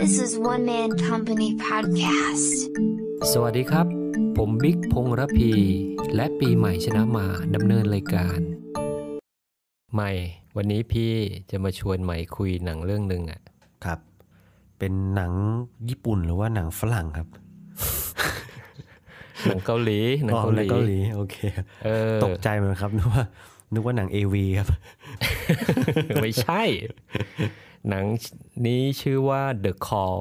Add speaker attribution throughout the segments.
Speaker 1: This is One Man Company Podcast.
Speaker 2: สวัสดีครับ ผมบิ๊กพงษ์ระพี และปีใหม่ชนะมาดำเนินรายการ ใหม่ วันนี้พี่จะมาชวนใหม่คุยหนังเรื่องหนึ่งอะ
Speaker 3: ครับ เป็นหนังญี่ปุ่นหรือว่าหนังฝรั่งครับ
Speaker 2: หนังเกาหลีหนัง
Speaker 3: อ๋อ
Speaker 2: เกาหลี
Speaker 3: เกาหลีโอเคครับ
Speaker 2: เออ
Speaker 3: ตกใจเหมือนครับนึกว่านึกว่าหนัง AV ครับ
Speaker 2: ไม่ใช่ หนังนี้ชื่อว่า The Call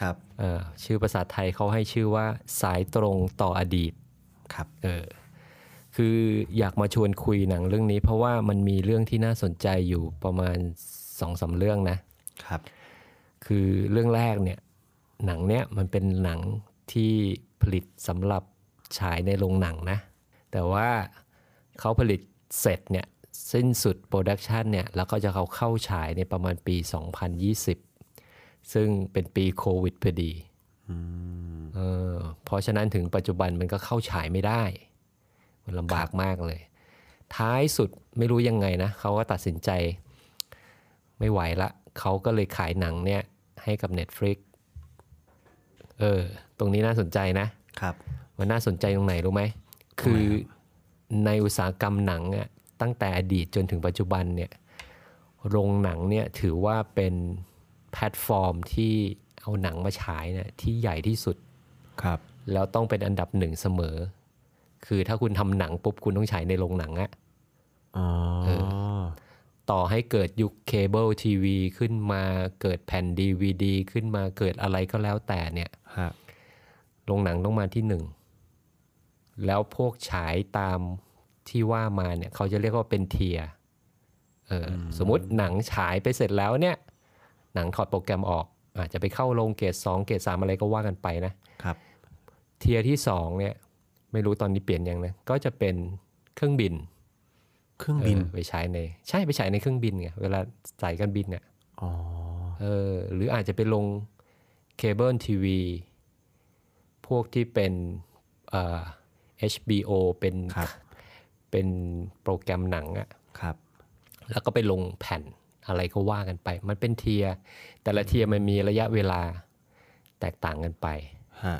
Speaker 3: ครับ
Speaker 2: เอ่อชื่อภาษาไทยเขาให้ชื่อว่าสายตรงต่ออดีต
Speaker 3: ครับ
Speaker 2: เออคืออยากมาชวนคุยหนังเรื่องนี้ เพราะว่ามันมีเรื่องที่น่าสนใจอยู่ประมาณสองสามเรื่องนะ
Speaker 3: ครับ
Speaker 2: คือเรื่องแรกเนี่ยหนังเนี่ยมันเป็นหนังที่ผลิตสำหรับฉายในโรงหนังนะ แต่ว่าเขาผลิตเสร็จเนี่ยสิ้นสุดโปรดักชันเนี่ยแล้วก็จะเขาเข้าฉายในประมาณปี 2020 ซึ่งเป็นปีโควิดพอดีเออเพราะฉะนั้นถึงปัจจุบันมันก็เข้าฉายไม่ได้ มันลำบากมากเลย ท้ายสุดไม่รู้ยังไงนะเขาก็ตัดสินใจ ไม่ไหวละ เขาก็เลยขายหนังเนี่ยให้กับ Netflix เออ ตรงนี้น่าสนใจนะ
Speaker 3: ครับ
Speaker 2: มันน่าสนใจตรงไหนรู้ไหม คือในอุตสาหกรรมหนังอะตั้งแต่อดีตจนถึงปัจจุบันเนี่ย โรงหนังเนี่ยถือว่าเป็นแพลตฟอร์มที่เอาหนังมาฉายเนี่ยที่ใหญ่ที่สุด
Speaker 3: ครับ
Speaker 2: แล้วต้องเป็นอันดับหนึ่งเสมอ คือถ้าคุณทำหนังปุ๊บคุณต้องฉายในโรงหนังอะ
Speaker 3: อ๋อ
Speaker 2: ต่อให้เกิดยุคเคเบิลทีวีขึ้นมาเกิดแผ่นดีวดีขึ้นมาเกิดอะไรก็แล้วแต่เนี่ย
Speaker 3: ฮะ
Speaker 2: โรงหนังต้องมาที่หนึ่ง แล้วพวกฉายตามที่ว่ามาเนี่ยเขาจะเรียกว่าเป็นเทียร์เอออสมมติหนังฉายไปเสร็จแล้วเนี่ย หนังถอดโปรแกรมออก อาจจะไปเข้าโรงเกรดสองเกรดสามอะไรก็ว่ากันไปนะ
Speaker 3: ครับ
Speaker 2: เทียร์ที่สองเนี่ยไม่รู้ตอนนี้เปลี่ยนยังนะก็จะเป็นเครื่องบิน
Speaker 3: เครื่องบิน
Speaker 2: เออไปใช้ในใช่ไปใช้ในเครื่องบินไงเวลาสายการบินเนี่ย
Speaker 3: อ๋อ
Speaker 2: เออหรืออาจจะไปลงเคเบิลทีวีพวกที่เป็นเอ่อ HBO เป็น
Speaker 3: ครับ
Speaker 2: เป็นโปรแกรมหนังอะ
Speaker 3: ครับ
Speaker 2: แล้วก็ไปลงแผ่นอะไรก็ว่ากันไป มันเป็นเทียร์แต่ละเทียร์มันมีระยะเวลาแตกต่างกันไป
Speaker 3: ฮะ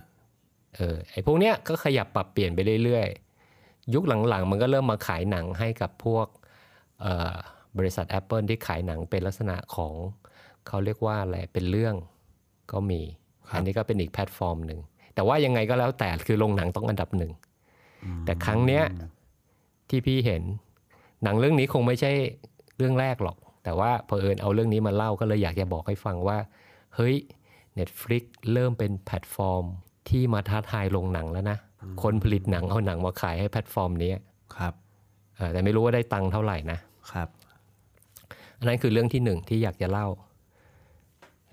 Speaker 2: เออไอพวกเนี้ยก็ขยับปรับเปลี่ยนไปเรื่อยๆ ยุคหลังๆ มันก็เริ่มมาขายหนังให้กับพวกเอ่อบริษัท Apple ที่ขายหนังเป็นลักษณะของ เขาเรียกว่าอะไร เป็นเรื่องก็มี อันนี้ก็เป็นอีกแพลตฟอร์มหนึ่ง แต่ว่ายังไงก็แล้วแต่คือโรงหนังต้องอันดับหนึ่ง แต่ครั้งเนี้ยที่พี่เห็น หนังเรื่องนี้คงไม่ใช่เรื่องแรกหรอก แต่ว่าเผอิญเอาเรื่องนี้มาเล่าก็เลยอยากจะบอกให้ฟังว่า เฮ้ย Netflix เริ่มเป็นแพลตฟอร์มที่มาท้าทายโรงหนังแล้วนะ คนผลิตหนังเอาหนังมาขายให้แพลตฟอร์มนี้
Speaker 3: ครับ
Speaker 2: เออแต่ไม่รู้ว่าได้ตังค์เท่าไหร่นะ
Speaker 3: ครับ
Speaker 2: อันนั้นคือเรื่องที่หนึ่งที่อยากจะเล่า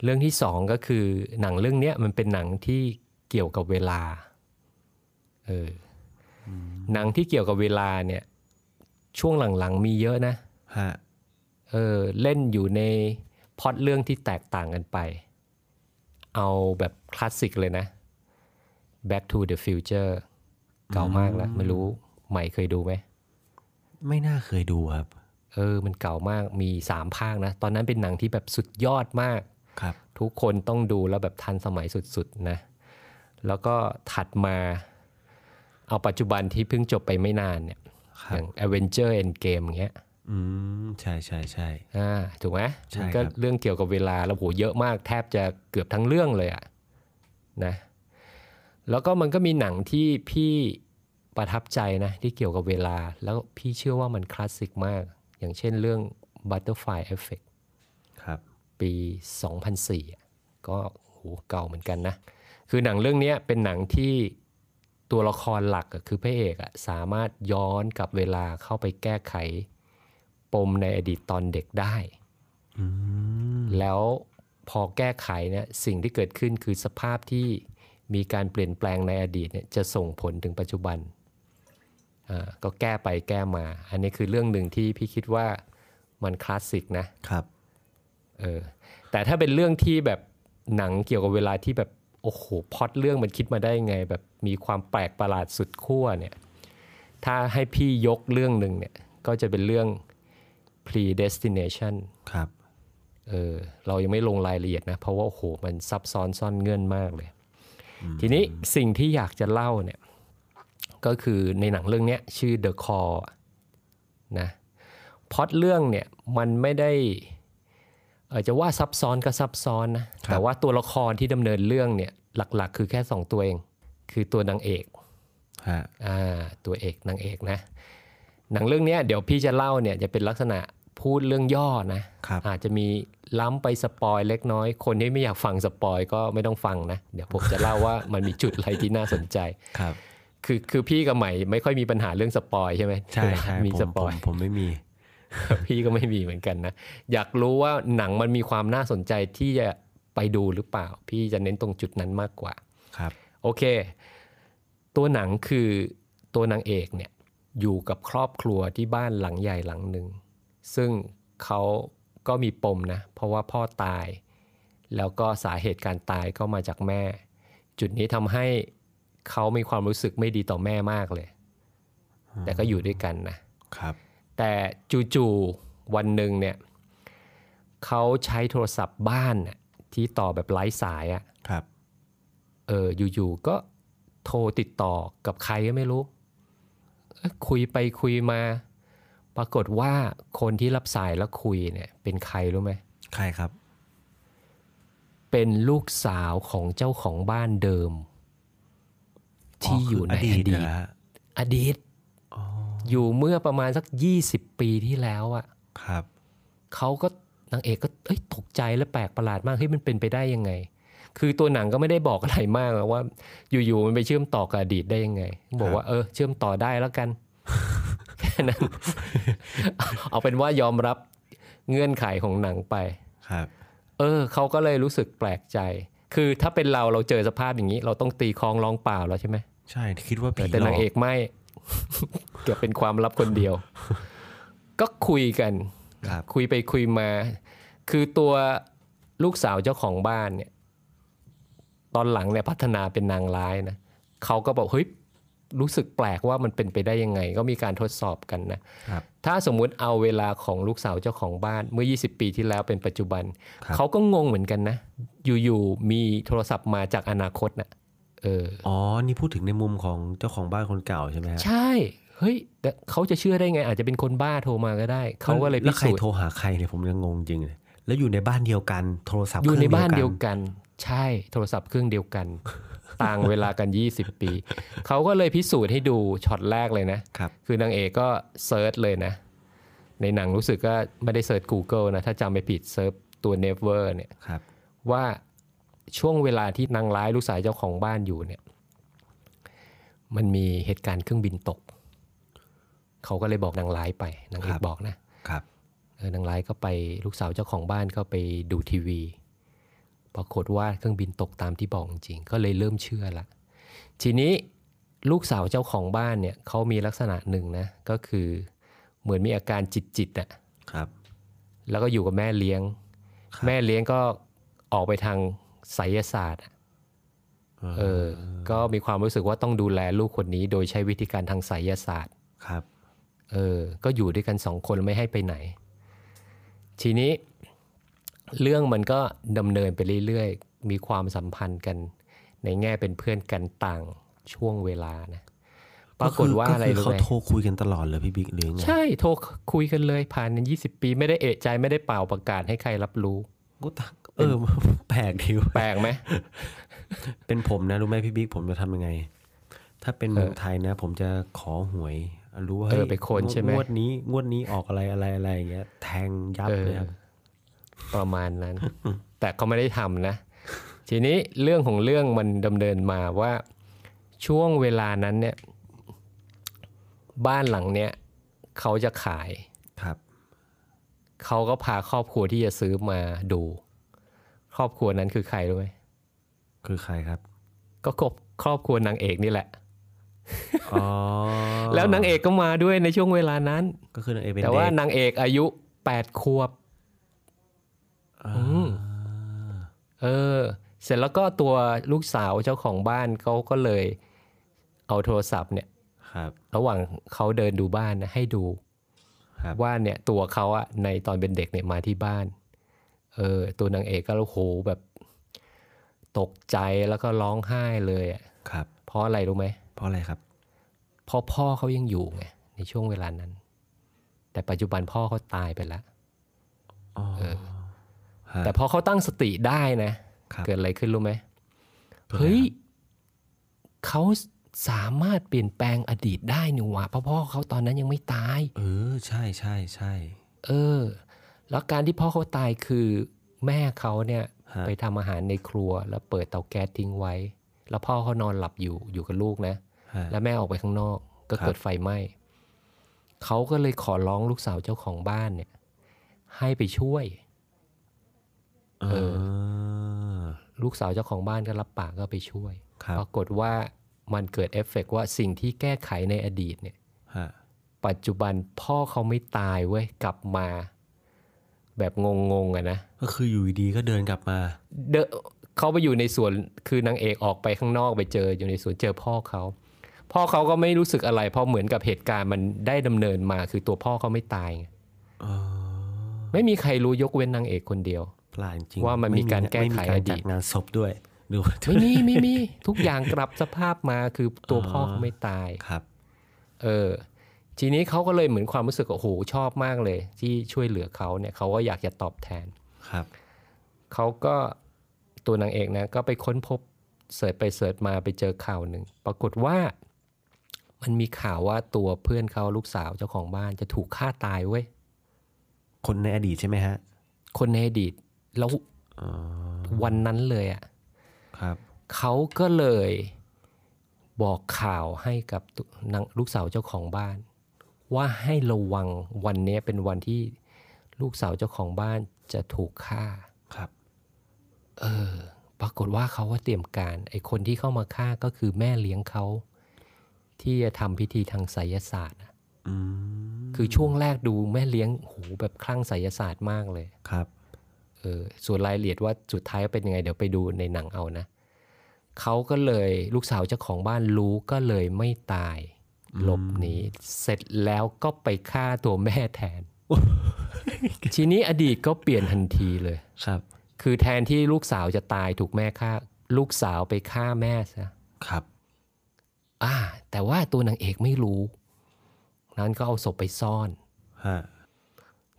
Speaker 2: เรื่องที่สองก็คือหนังเรื่องเนี้ยมันเป็นหนังที่เกี่ยวกับเวลา เอออหนังที่เกี่ยวกับเวลาเนี่ย ช่วงหลังๆมีเยอะนะ
Speaker 3: ฮะ
Speaker 2: เออเล่นอยู่ในพล็อดเรื่องที่แตกต่างกันไป เอาแบบคลาสสิกเลยนะ Back to the Future เก่ามากแล้ว ไม่รู้ใหม่เคยดูไหม
Speaker 3: ไม่น่าเคยดูครับ
Speaker 2: เออ มันเก่ามากมีสามภาคนะ ตอนนั้นเป็นหนังที่แบบสุดยอดมาก
Speaker 3: ครับ
Speaker 2: ทุกคนต้องดูแล้วแบบทันสมัยสุดๆนะ แล้วก็ถัดมาเอาปัจจุบันที่เพิ่งจบไปไม่นานเนี่ย
Speaker 3: ค
Speaker 2: อ
Speaker 3: รับ
Speaker 2: ย่าง Avenger Endgame อย่างเงี้ย
Speaker 3: อืมใช่ใช่ใช่
Speaker 2: อ่าถูกไหม
Speaker 3: ใช่
Speaker 2: มันก็
Speaker 3: ครับ
Speaker 2: เรื่องเกี่ยวกับเวลาแล้วโหเยอะมากแทบจะเกือบทั้งเรื่องเลยอะนะ แล้วก็มันก็มีหนังที่พี่ประทับใจนะ ที่เกี่ยวกับเวลา แล้วพี่เชื่อว่ามันคลาสสิกมาก อย่างเช่นเรื่อง Butterfly Effect
Speaker 3: ครับ
Speaker 2: ปี 2004อะก็โหเก่าเหมือนกันนะ คือหนังเรื่องเนี้ยเป็นหนังที่ตัวละครหลักอะคือพระเอกอะสามารถย้อนกลับเวลาเข้าไปแก้ไข ปมในอดีตตอนเด็กได้
Speaker 3: อืม
Speaker 2: แล้วพอแก้ไขเนี่ยสิ่งที่เกิดขึ้นคือสภาพที่มีการเปลี่ยนแปลงในอดีตเนี่ยจะส่งผลถึงปัจจุบันอ่าก็แก้ไปแก้มา อันนี้คือเรื่องหนึ่งที่พี่คิดว่ามันคลาสสิกนะ
Speaker 3: ครับ
Speaker 2: เออแต่ถ้าเป็นเรื่องที่แบบหนังเกี่ยวกับเวลาที่แบบโอ้โหพล็อตเรื่องมันคิดมาได้ยังไง แบบมีความแปลกประหลาดสุดขั้วเนี่ยถ้าให้พี่ยกเรื่องหนึ่งเนี่ยก็จะเป็นเรื่อง predestination
Speaker 3: ครับ
Speaker 2: เออเรายังไม่ลงรายละเอียดนะ เพราะว่าโอ้โหมันซับซ้อนซ่อนเงื่อนมากเลย ทีนี้สิ่งที่อยากจะเล่าเนี่ย ก็คือในหนังเรื่องเนี้ยชื่อ The Call อะนะพล็อตเรื่องเนี่ยมันไม่ได้เออจะว่าซับซ้อนก็ซับซ้อนนะ
Speaker 3: ครับ
Speaker 2: แต่ว่าตัวละครที่ดำเนินเรื่องเนี่ยหลักๆ คือแค่สองตัวเอง คือตัวนางเอก
Speaker 3: ฮะ
Speaker 2: อ่าตัวเอกนางเอกนะ หนังเรื่องเนี้ยเดี๋ยวพี่จะเล่าเนี่ยจะเป็นลักษณะพูดเรื่องย่อนะครับ อาจจะมีล้ำไปสปอยเล็กน้อย คนที่ไม่อยากฟังสปอยก็ไม่ต้องฟังนะ เดี๋ยวผมจะเล่าว่ามันมีจุดอะไรที่น่าสนใจ
Speaker 3: ครับ
Speaker 2: คือคือพี่กับใหม่ไม่ค่อยมีปัญหาเรื่องสปอยใช่ไหม
Speaker 3: ใช่ใช่
Speaker 2: มี
Speaker 3: ผม
Speaker 2: สป
Speaker 3: ผ
Speaker 2: อ
Speaker 3: ม
Speaker 2: ย
Speaker 3: ผมไม่มี
Speaker 2: พี่ก็ไม่มีเหมือนกันนะ อยากรู้ว่าหนังมันมีความน่าสนใจที่จะไปดูหรือเปล่า พี่จะเน้นตรงจุดนั้นมากกว่า
Speaker 3: ครับ
Speaker 2: โอเค ตัวหนังคือตัวนางเอกเนี่ยอยู่กับครอบครัวที่บ้านหลังใหญ่หลังหนึ่ง ซึ่งเขาก็มีปมนะ เพราะว่าพ่อตาย แล้วก็สาเหตุการตายก็มาจากแม่ จุดนี้ทำให้เขามีความรู้สึกไม่ดีต่อแม่มากเลย แต่ก็อยู่ด้วยกันนะ
Speaker 3: ครับ
Speaker 2: แต่จู่ๆวันหนึ่งเนี่ยเขาใช้โทรศัพท์บ้านน่ะที่ต่อแบบไร้สายอ่ะ
Speaker 3: ครับ
Speaker 2: เอออยู่ๆก็โทรติดต่อกับใครก็ไม่รู้เอ้ยคุยไปคุยมา ปรากฏว่าคนที่รับสายแล้วคุยเนี่ย เป็นใครรู้ไหม
Speaker 3: ใครครับ
Speaker 2: เป็นลูกสาวของเจ้าของบ้านเดิม ที่อยู่ในอดีต
Speaker 3: นะฮะ
Speaker 2: อดีต
Speaker 3: อ๋อ
Speaker 2: อยู่เมื่อประมาณสัก 20 ปีที่แล้วอะ่ะ
Speaker 3: ครับ
Speaker 2: เขาก็นางเอกก็เอ้ยตกใจและแปลกประหลาดมากเฮ้ยมันเป็นไปได้ยังไง คือตัวหนังก็ไม่ได้บอกอะไรมากอะว่าอยู่ๆมันไปเชื่อมต่อกับอดีตได้ยังไง บอก
Speaker 3: ครับ
Speaker 2: ว่าเออ เชื่อมต่อได้แล้วกัน แค่นั้น เอาเป็นว่ายอมรับเงื่อนไขของหนังไป
Speaker 3: ครับ
Speaker 2: เออเขาก็เลยรู้สึกแปลกใจ คือถ้าเป็นเราเราเจอสภาพอย่างนี้ เราต้องตีคลองร้องเปล่าแล้วใช่ไหม
Speaker 3: ใช่ คิดว่าผี
Speaker 2: แต่
Speaker 3: หล
Speaker 2: นา
Speaker 3: อง ก
Speaker 2: เอกไม่ เกือบเป็นความลับคนเดียว ก็คุยกัน
Speaker 3: ครับ
Speaker 2: คุยไปคุยมา คือตัวลูกสาวเจ้าของบ้านเนี่ย ตอนหลังเนี่ยพัฒนาเป็นนางร้ายนะเขาก็บอกเฮ้ยรู้สึกแปลกว่ามันเป็นไปได้ยังไง ก็มีการทดสอบกันนะครับ ถ้าสมมุติเอาเวลาของลูกสาวเจ้าของบ้านเมื่อ 20 ปีที่แล้วเป็นปัจจุบัน
Speaker 3: ครับ
Speaker 2: เขาก็งงเหมือนกันนะ อยู่ๆมีโทรศัพท์มาจากอนาคตนะเออ
Speaker 3: อ๋อ นี่พูดถึงในมุมของเจ้าของบ้านคนเก่าใช่ไหมฮะ
Speaker 2: ใช่ เฮ้ยแต่เขาจะเชื่อได้ไง อาจจะเป็นคนบ้าโทรมาก็ได้ เขาก็เลย
Speaker 3: แล้
Speaker 2: พิ
Speaker 3: วใคร
Speaker 2: สูจน์
Speaker 3: โทรหาใครเนี่ยผมยังงงจริงเลย แล้วอยู่ในบ้านเดียวกัน โทรศัพท์
Speaker 2: อยู่ในบ้าน
Speaker 3: ครื่อง
Speaker 2: เดียวกัน ใช่ โทรศัพท์เครื่องเดียวกัน ต่างเวลากัน 20 ปี เขาก็เลยพิสูจน์ให้ดูช็อตแรกเลยนะ
Speaker 3: ครับ
Speaker 2: คือนางเอกก็เซิร์ชเลยนะ ในหนังรู้สึกก็ไม่ได้เซิร์ช Google นะ ถ้าจำไม่ผิดเซิร์ชตัว Never เนี่ย
Speaker 3: ครับ
Speaker 2: ว่าช่วงเวลาที่นางร้ายลูกสาวเจ้าของบ้านอยู่เนี่ย มันมีเหตุการณ์เครื่องบินตก เขาก็เลยบอกนางร้ายไปนางเอ
Speaker 3: ครั
Speaker 2: ก
Speaker 3: บ
Speaker 2: บอกนะครับ เออนางร้ายก็ไปลูกสาวเจ้าของบ้านก็ไปดูทีวี ปรากฏว่าเครื่องบินตกตามที่บอกจริงก็เลยเริ่มเชื่อละทีนี้ลูกสาวเจ้าของบ้านเนี่ยเขามีลักษณะหนึ่งนะก็คือเหมือนมีอาการจิตจิตๆอะ
Speaker 3: ครับ
Speaker 2: แล้วก็อยู่กับแม่เลี้ยง
Speaker 3: ครับ
Speaker 2: แม่เลี้ยงก็ออกไปทางไสยศาสตร์อะ
Speaker 3: อ่า
Speaker 2: เออ ก็มีความรู้สึกว่าต้องดูแลลูกคนนี้ โดยใช้วิธีการทางไสยศาสตร์
Speaker 3: ครับ
Speaker 2: เออ ก็อยู่ด้วยกันสองคนไม่ให้ไปไหน ทีนี้ เรื่องมันก็ดำเนินไปเรื่อยๆ มีความสัมพันธ์กัน ในแง่เป็นเพื่อนกันต่างช่วงเวลานะ ปรากฏว่าอะไร
Speaker 3: ก็คื
Speaker 2: รู้
Speaker 3: เขา
Speaker 2: ไหม
Speaker 3: โทรคุยกันตลอดเลยพี่บิ๊กหรือไง
Speaker 2: ใช่โทรคุยกันเลยผ่านยี่สิบปี ไม่ได้เอะใจไม่ได้เป่าประกาศให้ใครรับรู้
Speaker 3: กูตักเอ อ แปลกดี
Speaker 2: แปลกไหม
Speaker 3: เป็นผมนะรู้ไหมพี่บิ๊กผมจะทำยังไง ถ้าเป็นเมืองไทยนะ ผมจะขอหวย รู้ว่า
Speaker 2: เออ
Speaker 3: เฮ้ย
Speaker 2: ไปโคนใช่ไหม
Speaker 3: งวดนี้งวดนี้ออกอะไรอะไรอะไรอย่างเงี้ย แทงยับ
Speaker 2: เออ
Speaker 3: เลยครับ
Speaker 2: ประมาณนั้น แต่เขาไม่ได้ทำนะ ทีนี้เรื่องของเรื่องมันดำเนินมาว่าช่วงเวลานั้นเนี่ย บ้านหลังเนี่ยเขาจะขาย
Speaker 3: ครับ
Speaker 2: เขาก็พาครอบครัวที่จะซื้อมาดู ครอบครัวนั้นคือใครรู้ไหม
Speaker 3: คือใครครับ
Speaker 2: ก็ครอบครอบครัวนางเอกนี่แหละ
Speaker 3: อ๋อ
Speaker 2: แล้วนางเอกก็มาด้วยในช่วงเวลานั้น
Speaker 3: ก็คือนางเอกเป็น
Speaker 2: แต่
Speaker 3: เด็ก
Speaker 2: ว่านางเอกอายุแปดขวบ
Speaker 3: อ่า
Speaker 2: เออ เสร็จแล้วก็ตัวลูกสาวเจ้าของบ้านเขาก็เลยเอาโทรศัพท์เนี่ย
Speaker 3: ครับ
Speaker 2: ระหว่างเขาเดินดูบ้านนะให้ดู
Speaker 3: ครับ
Speaker 2: ว่าเนี่ยตัวเขาอะในตอนเป็นเด็กเนี่ยมาที่บ้าน เออ ตัวนางเอกก็โอ้โหแบบตกใจแล้วก็ร้องไห้เลยอะ
Speaker 3: ครับ
Speaker 2: เพราะอะไรรู้ไหม
Speaker 3: เพราะอะไรครับ
Speaker 2: เพราะพ่อเขายังอยู่ไงในช่วงเวลานั้น แต่ปัจจุบันพ่อเขาตายไปแล้ว
Speaker 3: อ๋อฮะ
Speaker 2: แต่พอเขาตั้งสติได้นะ
Speaker 3: ครับ
Speaker 2: เกิดอะไรขึ้นรู้ไหมเฮ้ยเขาสามารถเปลี่ยนแปลงอดีตได้นี่หว่าเพราะพ่อเขาตอนนั้นยังไม่ตาย
Speaker 3: เออ ใช่ใช่ใช่
Speaker 2: เออ แล้วการที่พ่อเขาตายคือแม่เขาเนี่ย
Speaker 3: ฮะ
Speaker 2: ไปทำอาหารในครัว แล้วเปิดเตาแก๊สทิ้งไว้ แล้วพ่อเขานอนหลับอยู่อยู่กับลูกนะ
Speaker 3: ฮะ
Speaker 2: แล้วแม่ออกไปข้างนอกก็
Speaker 3: ครับ
Speaker 2: เกิดไฟไหม้เขาก็เลยขอร้องลูกสาวเจ้าของบ้านเนี่ย ให้ไปช่วย
Speaker 3: เออ
Speaker 2: ลูกสาวเจ้าของบ้านก็รับปากก็ไปช่วย
Speaker 3: ครับ
Speaker 2: ปรากฏว่ามันเกิดเอฟเฟกต์ว่าสิ่งที่แก้ไขในอดีตเนี่ย
Speaker 3: ฮะ
Speaker 2: ปัจจุบันพ่อเขาไม่ตายเว้ยกลับมา แบบงงๆอะนะ
Speaker 3: ก็คืออยู่ดีๆก็เดินกลับมา
Speaker 2: เดนเขาไปอยู่ในสวนคือนางเอกออกไปข้างนอกไปเจออยู่ในสวนเจอพ่อเขาพ่อเขาก็ไม่รู้สึกอะไรเพราะเหมือนกับเหตุการณ์มันได้ดำเนินมาคือตัวพ่อเขาไม่ตายไง
Speaker 3: เออ
Speaker 2: ไม่มีใครรู้ยกเว้นนางเอกคนเดียว
Speaker 3: ประหลาดจริง
Speaker 2: ว่ามันมีการแก้ไข
Speaker 3: ไม่มีการ
Speaker 2: อดีต
Speaker 3: จัดงานศพด้วยดูว่า
Speaker 2: ไม่มี ไม่มี ทุกอย่างกลับสภาพมาคือตัวพ่อเขาไม่ตาย
Speaker 3: ครับ
Speaker 2: เออ ทีนี้เขาก็เลยเหมือนความรู้สึกว่าโอ้โหชอบมากเลย ที่ช่วยเหลือเขาเนี่ยเขาก็อยากจะตอบแทน
Speaker 3: ครับ
Speaker 2: เขาก็ตัวนางเอกนะก็ไปค้นพบเสิร์ชไปเสิร์ชมาไปเจอข่าวหนึ่ง ปรากฏว่ามันมีข่าวว่าตัวเพื่อนเขาลูกสาวเจ้าของบ้านจะถูกฆ่าตายเว้ย
Speaker 3: คนในอดีตใช่ไหมฮะ
Speaker 2: คนในอดีตแล้ว
Speaker 3: อ๋อ
Speaker 2: วันนั้นเลยอะ
Speaker 3: ครับ
Speaker 2: เขาก็เลยบอกข่าวให้กับตัวนางลูกสาวเจ้าของบ้าน ว่าให้ระวังวันเนี้ยเป็นวันที่ลูกสาวเจ้าของบ้านจะถูกฆ่า
Speaker 3: ครับ
Speaker 2: เออ ปรากฏว่าเขาว่าเตรียมการไอ้คนที่เข้ามาฆ่าก็คือแม่เลี้ยงเขา ที่จะทำพิธีทางไสยศาสตร์อะ
Speaker 3: อืม
Speaker 2: คือช่วงแรกดูแม่เลี้ยงโหแบบคลั่งไสยศาสตร์มากเลย
Speaker 3: ครับ
Speaker 2: เออส่วนรายละเอียดว่าสุดท้ายเป็นยังไงเดี๋ยวไปดูในหนังเอานะเขาก็เลยลูกสาวเจ้าของบ้านรู้ก็เลยไม่ตาย หลบหนีเสร็จแล้วก็ไปฆ่าตัวแม่แทน ทีนี้อดีตก็เปลี่ยนทันทีเลย
Speaker 3: ครับ
Speaker 2: คือแทนที่ลูกสาวจะตายถูกแม่ฆ่า ลูกสาวไปฆ่าแม่ซะ
Speaker 3: ครับ
Speaker 2: อ่า แต่ว่าตัวนางเอกไม่รู้ นั้นก็เอาศพไปซ่อน
Speaker 3: ฮะ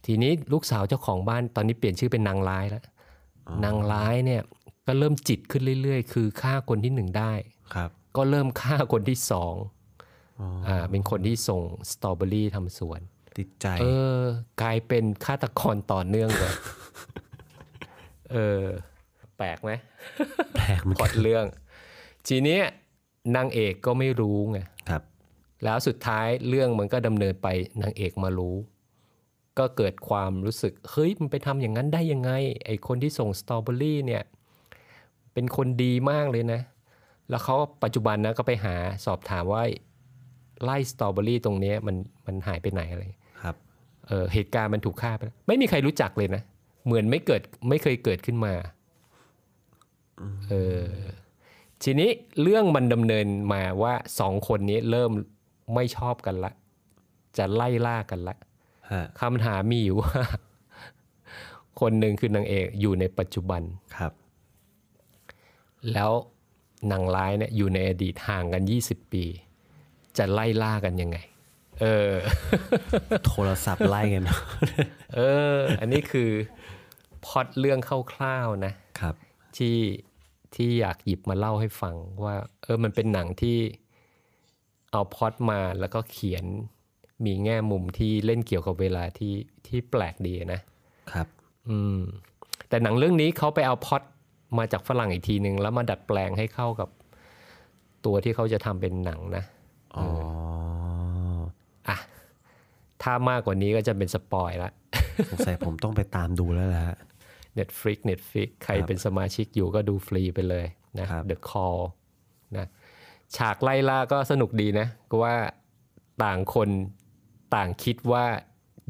Speaker 2: ทีนี้ลูกสาวเจ้าของบ้านตอนนี้เปลี่ยนชื่อเป็นนางร้ายแล้ว นางร้ายเนี่ยก็เริ่มจิตขึ้นเรื่อยๆ คือฆ่าคนที่หนึ่งได้
Speaker 3: ครับ
Speaker 2: ก็เริ่มฆ่าคนที่สอง
Speaker 3: อ๋อ
Speaker 2: อ่าเป็นคนที่ส่งสตรอเบอรี่ทำสวน
Speaker 3: ติดใจ
Speaker 2: เออกลายเป็นฆาตกรต่อเนื่องเลย เออ แปลกไหม
Speaker 3: แปลกเหมือน
Speaker 2: พล็อ
Speaker 3: กัน
Speaker 2: ดเรื่อง ทีเนี้ยนางเอกก็ไม่รู้ไง
Speaker 3: ครับ
Speaker 2: แล้วสุดท้ายเรื่องมันก็ดำเนินไปนางเอกมารู้ ก็เกิดความรู้สึก เฮ้ยมันไปทำอย่างนั้นได้ยังไง ไอคนที่ส่งสตรอเบอรี่เนี่ย เป็นคนดีมากเลยนะ แล้วเขาปัจจุบันนะก็ไปหาสอบถามว่าไล่สตรอเบอรี่ตรงเนี้ยมันมันหายไปไหนอะไร
Speaker 3: ครับ
Speaker 2: เออเหตุการณ์มันถูกฆ่าไปแล้วไม่มีใครรู้จักเลยนะ เหมือนไม่เกิดไม่เคยเกิดขึ้นมาเออทีนี้เรื่องมันดำเนินมาว่าสองคนนี้เริ่มไม่ชอบกันละ จะไล่ล่ากันละ
Speaker 3: ฮะ
Speaker 2: คำถามมีอยู่ว่า คนหนึ่งคือนางเอกอยู่ในปัจจุบัน
Speaker 3: ครับ
Speaker 2: แล้วนางร้ายเนี่ยอยู่ในอดีตห่างกัน 20 ปี จะไล่ล่ากันยังไง เออ
Speaker 3: โทรศัพท์ไล่กัน
Speaker 2: เออ อันนี้คือพล็อดเรื่องคร่าวๆนะ
Speaker 3: ครับ
Speaker 2: ที่ที่อยากหยิบมาเล่าให้ฟังว่า เออมันเป็นหนังที่เอาพล็อดมาแล้วก็เขียนมีแง่มุมที่เล่นเกี่ยวกับเวลาที่ที่แปลกดีนะ
Speaker 3: ครับ
Speaker 2: อืม แต่หนังเรื่องนี้เขาไปเอาพล็อดมาจากฝรั่งอีกทีหนึ่งแล้วมาดัดแปลงให้เข้ากับตัวที่เขาจะทำเป็นหนังนะ
Speaker 3: อ๋อ
Speaker 2: อ่ะ ถ้ามากกว่านี้ก็จะเป็นสปอยละ
Speaker 3: สงสัยผมต้องไปตามดูแล้วล่ะฮะ
Speaker 2: Netflix Netflix ใคร
Speaker 3: ครับ
Speaker 2: เป็นสมาชิกอยู่ก็ดูฟรีไปเลยนะ
Speaker 3: ครับ
Speaker 2: The Call นะฉากไล่ล่าก็สนุกดีนะก็ว่าต่างคนต่างคิดว่า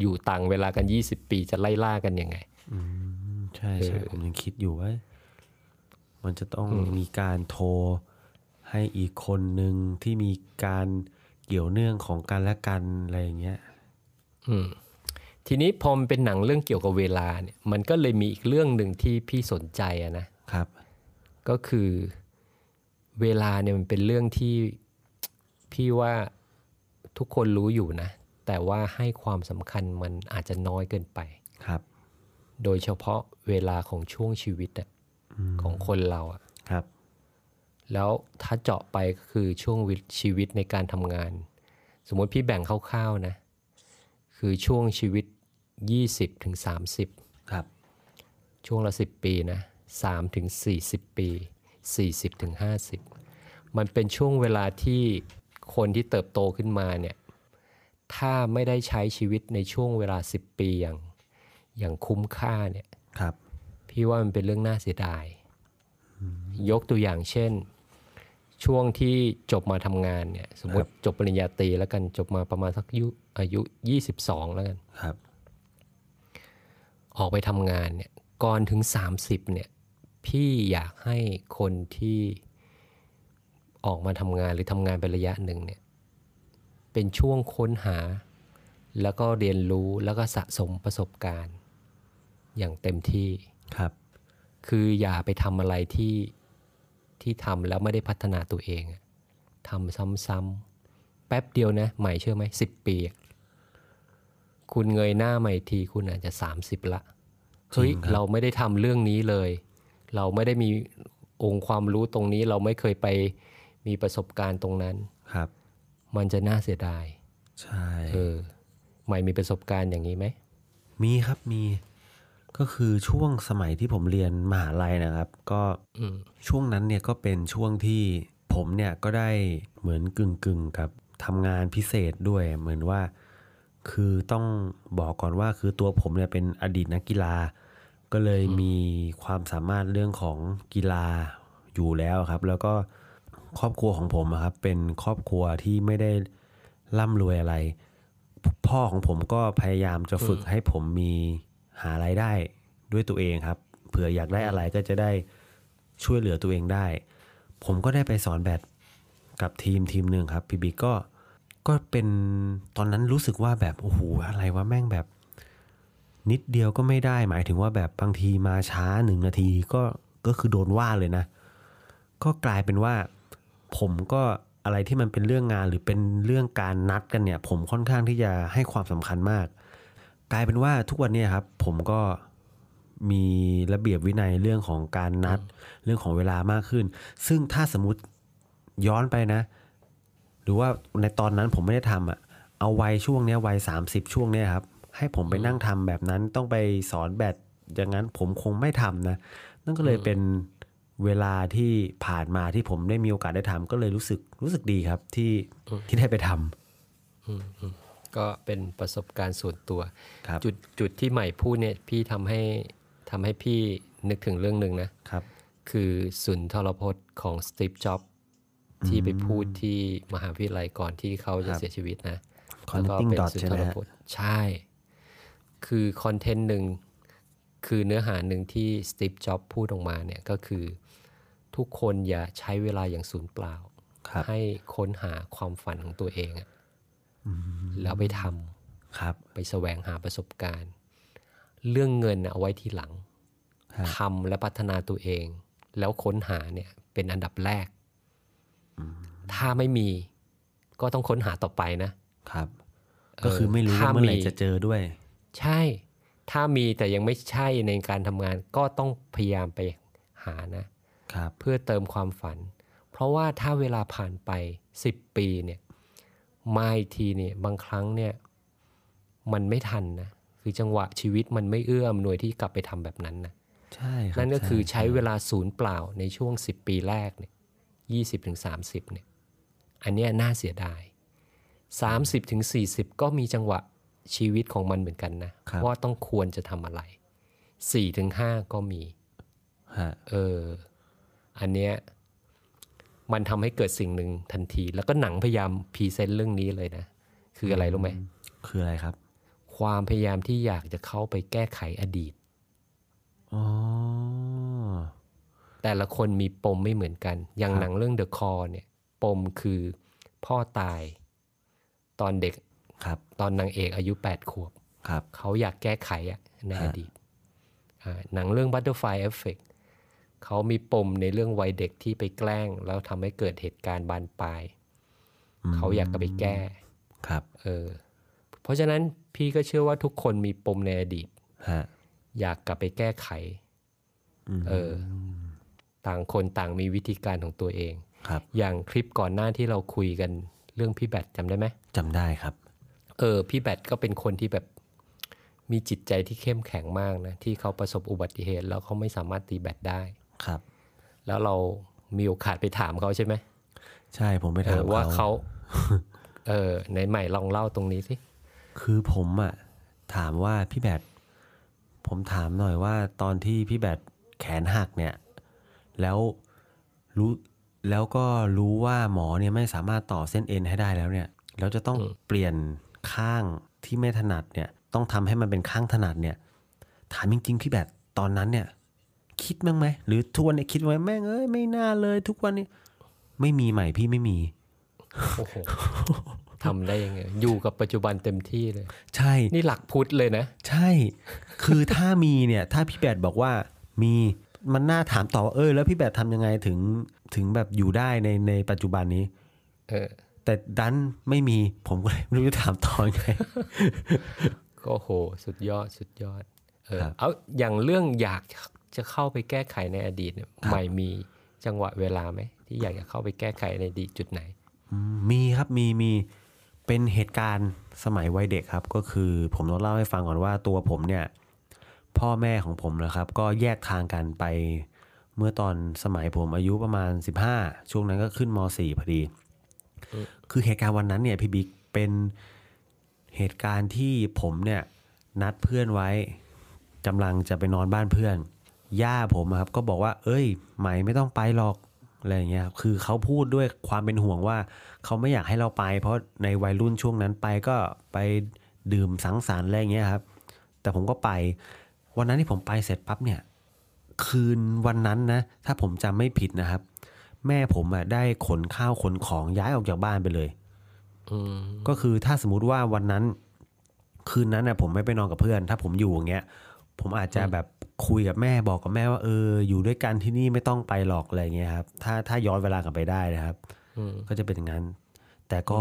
Speaker 2: อยู่ต่างเวลากัน 20 ปีจะไล่ล่ากันยังไง
Speaker 3: อืมใช่ใช่ผมยังคิดอยู่ว่า มันจะต้องมีการโทรให้อีกคนหนึ่งที่มีการเกี่ยวเนื่องของกันและกันอะไรอย่างเงี้ย
Speaker 2: ทีนี้พอมันเป็นหนังเรื่องเกี่ยวกับเวลาเนี่ยมันก็เลยมีอีกเรื่องหนึ่งที่พี่สนใจอะนะ
Speaker 3: ครับ
Speaker 2: ก็คือเวลาเนี่ยมันเป็นเรื่องที่พี่ว่าทุกคนรู้อยู่นะ แต่ว่าให้ความสำคัญมันอาจจะน้อยเกินไป
Speaker 3: ครับ
Speaker 2: โดยเฉพาะเวลาของช่วงชีวิตอะของคนเราอะ
Speaker 3: ครับ
Speaker 2: แล้วถ้าเจาะไปก็คือช่วงวิชีวิตในการทำงาน สมมติพี่แบ่งคร่าวๆนะ คือช่วงชีวิต 20ถึง30
Speaker 3: ครับ
Speaker 2: ช่วงละ 10 ปีนะ3ถึง40 ปี 40ถึง50 มันเป็นช่วงเวลาที่คนที่เติบโตขึ้นมาเนี่ยถ้าไม่ได้ใช้ชีวิตในช่วงเวลา 10 ปีอย่างอย่างคุ้มค่าเนี่ย
Speaker 3: ครับ
Speaker 2: พี่ว่ามันเป็นเรื่องน่าเสียดาย ยกตัวอย่างเช่น ช่วงที่จบมาทำงานเนี่ยสมมติจบปริญญาตรีแล้วกันจบมาประมาณสักอายุอายุ 22 แล้วกัน
Speaker 3: ครับ
Speaker 2: ออกไปทำงานเนี่ยก่อนถึง 30เนี่ยพี่อยากให้คนที่ออกมาทำงานหรือทำงานเป็นระยะหนึ่งเนี่ยเป็นช่วงค้นหา แล้วก็เรียนรู้แล้วก็สะสมประสบการณ์ อย่างเต็มที่
Speaker 3: ครับ
Speaker 2: คืออย่าไปทำอะไรที่ที่ทำแล้วไม่ได้พัฒนาตัวเองอะทำซ้ำๆแป๊บเดียวนะ ใหม่เชื่อไหมสิบปีอะคุณเงยหน้าใหม่ทีคุณอาจจะสามสิบละเฮ้ยเราไม่ได้ทำเรื่องนี้เลย เราไม่ได้มีองค์ความรู้ตรงนี้ เราไม่เคยไปมีประสบการณ์ตรงนั้น
Speaker 3: ครับ
Speaker 2: มันจะน่าเสียดาย
Speaker 3: ใช่
Speaker 2: เออใหม่มีประสบการณ์อย่างนี้ไหม
Speaker 3: มีครับมี ก็คือช่วงสมัยที่ผมเรียนมหาลัยนะครับ ก็
Speaker 2: อืม
Speaker 3: ช่วงนั้นเนี่ยก็เป็นช่วงที่ผมเนี่ยก็ได้เหมือนกึ่งกึ่งๆกับทำงานพิเศษด้วย เหมือนว่า คือต้องบอกก่อนว่าคือตัวผมเนี่ยเป็นอดีตนักกีฬา ก็เลยมีความสามารถเรื่องของกีฬาอยู่แล้วครับ แล้วก็ครอบครัวของผมอะครับ เป็นครอบครัวที่ไม่ได้ร่ำรวยอะไร พ่อของผมก็พยายามจะฝึกให้ผมมีหารายได้ด้วยตัวเองครับ เผื่ออยากได้อะไรก็จะได้ช่วยเหลือตัวเองได้ ผมก็ได้ไปสอนแบดกับทีมทีมหนึ่งครับพี่บิ๊กก็ก็เป็นตอนนั้นรู้สึกว่าแบบโอ้โหอะไรวะแม่งแบบ นิดเดียวก็ไม่ได้หมายถึงว่าแบบบางทีมาช้าหนึ่งนาทีก็ก็คือโดนว่าเลยนะ ก็กลายเป็นว่า ผมก็อะไรที่มันเป็นเรื่องงานหรือเป็นเรื่องการนัดกันเนี่ย ผมค่อนข้างที่จะให้ความสำคัญมาก กลายเป็นว่าทุกวันเนี้ครับ ผมก็มีระเบียบวินัยเรื่องของการนัดเรื่องของเวลามากขึ้น ซึ่งถ้าสมมติย้อนไปนะ หรือว่าในตอนนั้นผมไม่ได้ทำอะเอาวัยช่วงเนี้ยวัยสามสิบช่วงเนี้ยครับ ให้ผมไปนั่งทำแบบนั้นต้องไปสอนแบบอย่างนั้นผมคงไม่ทำนะ นั่นก็เลยเป็นเวลาที่ผ่านมาที่ผมได้มีโอกาสได้ทำก็เลยรู้สึกรู้สึกดีครับที่ที่ได้ไปทำ
Speaker 2: ก็เป็นประสบการณ์ส่วนตัว
Speaker 3: ครับ
Speaker 2: จุดจุดที่ใหม่พูดเนี่ยพี่ทำให้ทำให้พี่นึกถึงเรื่องหนึ่งนะ
Speaker 3: ครับ
Speaker 2: คือสุนทรพจน์ของสตีฟจ็อบส์ที่ไปพูดที่มหาวิทยาลัยก่อนที่เขาจะ
Speaker 3: ครับ
Speaker 2: เสียชีวิตนะ แล้วก็
Speaker 3: connecting
Speaker 2: เป็น
Speaker 3: dots
Speaker 2: สุน
Speaker 3: ใช่
Speaker 2: ท
Speaker 3: ไหม
Speaker 2: ร
Speaker 3: ฮะ
Speaker 2: พจน์ใช่ คือคอนเทนต์หนึ่งคือเนื้อหาหนึ่งที่สตีฟจ็อบส์พูดออกมาเนี่ยก็คือทุกคนอย่าใช้เวลาอย่างศูนย์เปล่า
Speaker 3: ครับ
Speaker 2: ให้ค้นหาความฝันของตัวเองอะแล้วไปท
Speaker 3: ครับ
Speaker 2: ำไปแสวงหาประสบการณ์ เรื่องเงินน่ะเอาไว้ทีหลัง
Speaker 3: ฮะ
Speaker 2: ทำและพัฒนาตัวเอง แล้วค้นหาเนี่ยเป็นอันดับแรก ถ้าไม่มีก็ต้องค้นหาต่อไปนะ
Speaker 3: ครับ ก็คือไม่รู้ว่าเมื่อไหร่จะเจอด้วย
Speaker 2: ใช่ ถ้ามีแต่ยังไม่ใช่ในการทำงานก็ต้องพยายามไปหานะ
Speaker 3: ครับ
Speaker 2: เพื่อเติมความฝัน เพราะว่าถ้าเวลาผ่านไป 10 ปีเนี่ยมาอีกทีเนี่ยบางครั้งเนี่ยมันไม่ทันนะ คือจังหวะชีวิตมันไม่เอื้อมหน่วยที่กลับไปทำแบบนั้นนะ
Speaker 3: ใช่ครับ
Speaker 2: นั่นก็คือ
Speaker 3: ใช่
Speaker 2: ใช้เวลาศูนย์เปล่าในช่วง 10 ปีแรกเนี่ยยี่สิบถึงสามสิบเนี่ย อันเนี้ยน่าเสียดาย 30ถึง40 ก็มีจังหวะชีวิตของมันเหมือนกันนะ ว่าต้องควรจะทำอะไร4ถึง5ก็มี
Speaker 3: ฮะ
Speaker 2: เออ อันเนี้ยมันทำให้เกิดสิ่งหนึ่งทันที แล้วก็หนังพยายามพรีเซนต์เรื่องนี้เลยนะ คืออะไรรู้ไหม
Speaker 3: คืออะไรครับ
Speaker 2: ความพยายามที่อยากจะเข้าไปแก้ไขอดีต
Speaker 3: อ๋อ
Speaker 2: แต่ละคนมีปมไม่เหมือนกัน อย่างหนังเรื่อง The Call เนี่ย ปมคือพ่อตาย ตอนเด็ก
Speaker 3: ครับ
Speaker 2: ตอนนางเอกอายุ 8 ขวบ
Speaker 3: ครับ
Speaker 2: เขาอยากแก้ไขอะในอ
Speaker 3: ฮะ
Speaker 2: ดีตอ่าหนังเรื่อง Butterfly Effect เขามีปมในเรื่องวัยเด็กที่ไปแกล้ง แล้วทำให้เกิดเหตุการณ์บานปลาย
Speaker 3: ม
Speaker 2: เขาอยากจะไปแก้
Speaker 3: ครับ
Speaker 2: เออ เพราะฉะนั้นพี่ก็เชื่อว่าทุกคนมีปมในอดีต
Speaker 3: ฮะ
Speaker 2: อยากกลับไปแก้ไข
Speaker 3: ม
Speaker 2: เออ ต่างคนต่างมีวิธีการของตัวเอง
Speaker 3: ครับ
Speaker 2: อย่างคลิปก่อนหน้าที่เราคุยกันเรื่องพี่แบทจำได้ไหม
Speaker 3: จำได้ครับ
Speaker 2: เออพี่แบทก็เป็นคนที่แบบมีจิตใจที่เข้มแข็งมากนะ ที่เขาประสบอุบัติเหตุ แล้วเขาไม่สามารถตีแบตได้
Speaker 3: ครับ
Speaker 2: แล้วเรามีโอกาสไปถามเขาใช่ไหม
Speaker 3: ใช่ผมไป
Speaker 2: เอ
Speaker 3: ถา
Speaker 2: อ
Speaker 3: ม
Speaker 2: ว่า
Speaker 3: เขา
Speaker 2: เขา เออในใหม่ลองเล่าตรงนี้สิ
Speaker 3: คือผมอะถามว่าพี่แบดผมถามหน่อยว่าตอนที่พี่แบดแขนหักเนี่ย แล้วรู้แล้วก็รู้ว่าหมอเนี่ยไม่สามารถต่อเส้นเอ็นให้ได้แล้วเนี่ย แล้วจะต้องเปลี่ยนข้างที่ไม่ถนัดเนี่ย ต้องทำให้มันเป็นข้างถนัดเนี่ย ถามจริงๆพี่แบดตอนนั้นเนี่ย คิดบ้างไหมหรือทุกวันเนี่ยคิดไว้แม่งเอ้ยไม่น่าเลย ทุกวันนี้ไม่มีใหม่พี่ไม่มี
Speaker 2: โอ้โหทำได้ยังไงอยู่กับปัจจุบันเต็มที่เลย
Speaker 3: ใช่
Speaker 2: นี่หลักพุทธเลยนะ
Speaker 3: ใช่ คือถ้ามีเนี่ย ถ้าพี่แบดบอกว่ามีมันน่าถามต่อว่าเออ แล้วพี่แบดทำยังไงถึงถึงแบบอยู่ได้ในในปัจจุบันนี้
Speaker 2: เออ
Speaker 3: แต่ดันไม่มีผมก็เลยไม่รู้จะถามต่อยังไง
Speaker 2: ก็โห สุดยอดสุดยอด เออ
Speaker 3: ครับ
Speaker 2: เอาอย่างเรื่องอยากจะเข้าไปแก้ไขในอดีตเนี่ยใหม่มีจังหวะเวลาไหมที่อยากจะเข้าไปแก้ไขในอดีตจุดไหน
Speaker 3: อืมมีครับมีมีเป็นเหตุการณ์สมัยวัยเด็กครับ ก็คือผมต้องเล่าให้ฟังก่อนว่าตัวผมเนี่ย พ่อแม่ของผมนะครับ ก็แยกทางกันไป เมื่อตอนสมัยผมอายุประมาณ 15 ช่วงนั้นก็ขึ้นม .4 พอดี คือเหตุการณ์วันนั้นเนี่ยพี่บิ๊กเป็นเหตุการณ์ที่ผมเนี่ยนัดเพื่อนไว้กำลังจะไปนอนบ้านเพื่อน ย่าผมอะครับก็บอกว่า เอ้ยไหมไม่ต้องไปหรอกอะไรอย่างเงี้ยครับคือเขาพูดด้วยความเป็นห่วงว่าเขาไม่อยากให้เราไป เพราะในวัยรุ่นช่วงนั้นไปก็ไปดื่มสังสรรค์อะไรอย่างเงี้ยครับ แต่ผมก็ไป วันนั้นที่ผมไปเสร็จปั๊บเนี่ย คืนวันนั้นนะ ถ้าผมจำไม่ผิดนะครับ แม่ผมอะได้ขนข้าวขนของย้ายออกจากบ้านไปเลย
Speaker 2: อืม
Speaker 3: ก็คือถ้าสมมติว่าวันนั้น คืนนั้นนะผมไม่ไปนอนกับเพื่อน ถ้าผมอยู่อย่างเงี้ย ผมอาจจะแบบคุยกับแม่บอกกับแม่ว่าเออ อยู่ด้วยกันที่นี่ไม่ต้องไปหรอกอะไรเงี้ยครับ ถ้าถ้าย้อนเวลากลับไปได้นะครับ
Speaker 2: อืม
Speaker 3: ก็จะเป็นอย่างนั้น แต่ก็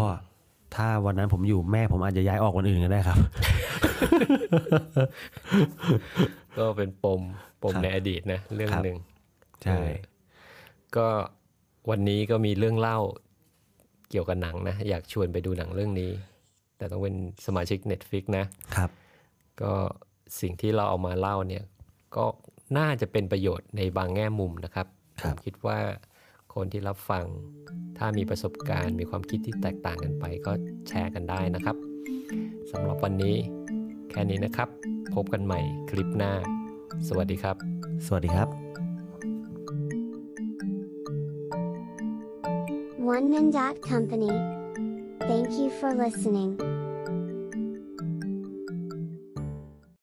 Speaker 3: ถ้าวันนั้นผมอยู่แม่ผมอาจจะย้ายออกวันอื่นก็ได้ครับ
Speaker 2: ก็เป็นปมปม
Speaker 3: ครับ
Speaker 2: ในอดีตนะ เรื่อง
Speaker 3: ครับ
Speaker 2: หนึ่ง
Speaker 3: ใช่
Speaker 2: เออก็วันนี้ก็มีเรื่องเล่าเกี่ยวกับหนังนะ อยากชวนไปดูหนังเรื่องนี้ แต่ต้องเป็นสมาชิก Netflix นะ
Speaker 3: ครับ
Speaker 2: ก็สิ่งที่เราเอามาเล่าเนี่ยก็น่าจะเป็นประโยชน์ในบางแง่มุมนะครับผมคิดว่าคนที่รับฟัง ถ้ามีประสบการณ์มีความคิดที่แตกต่างกันไป ก็แชร์กันได้นะครับสำหรับวันนี้แค่นี้นะครับ พบกันใหม่คลิปหน้า สวัสดีครับ
Speaker 3: สวัสดีครับ
Speaker 1: One Man Dot Company. Thank you for listening.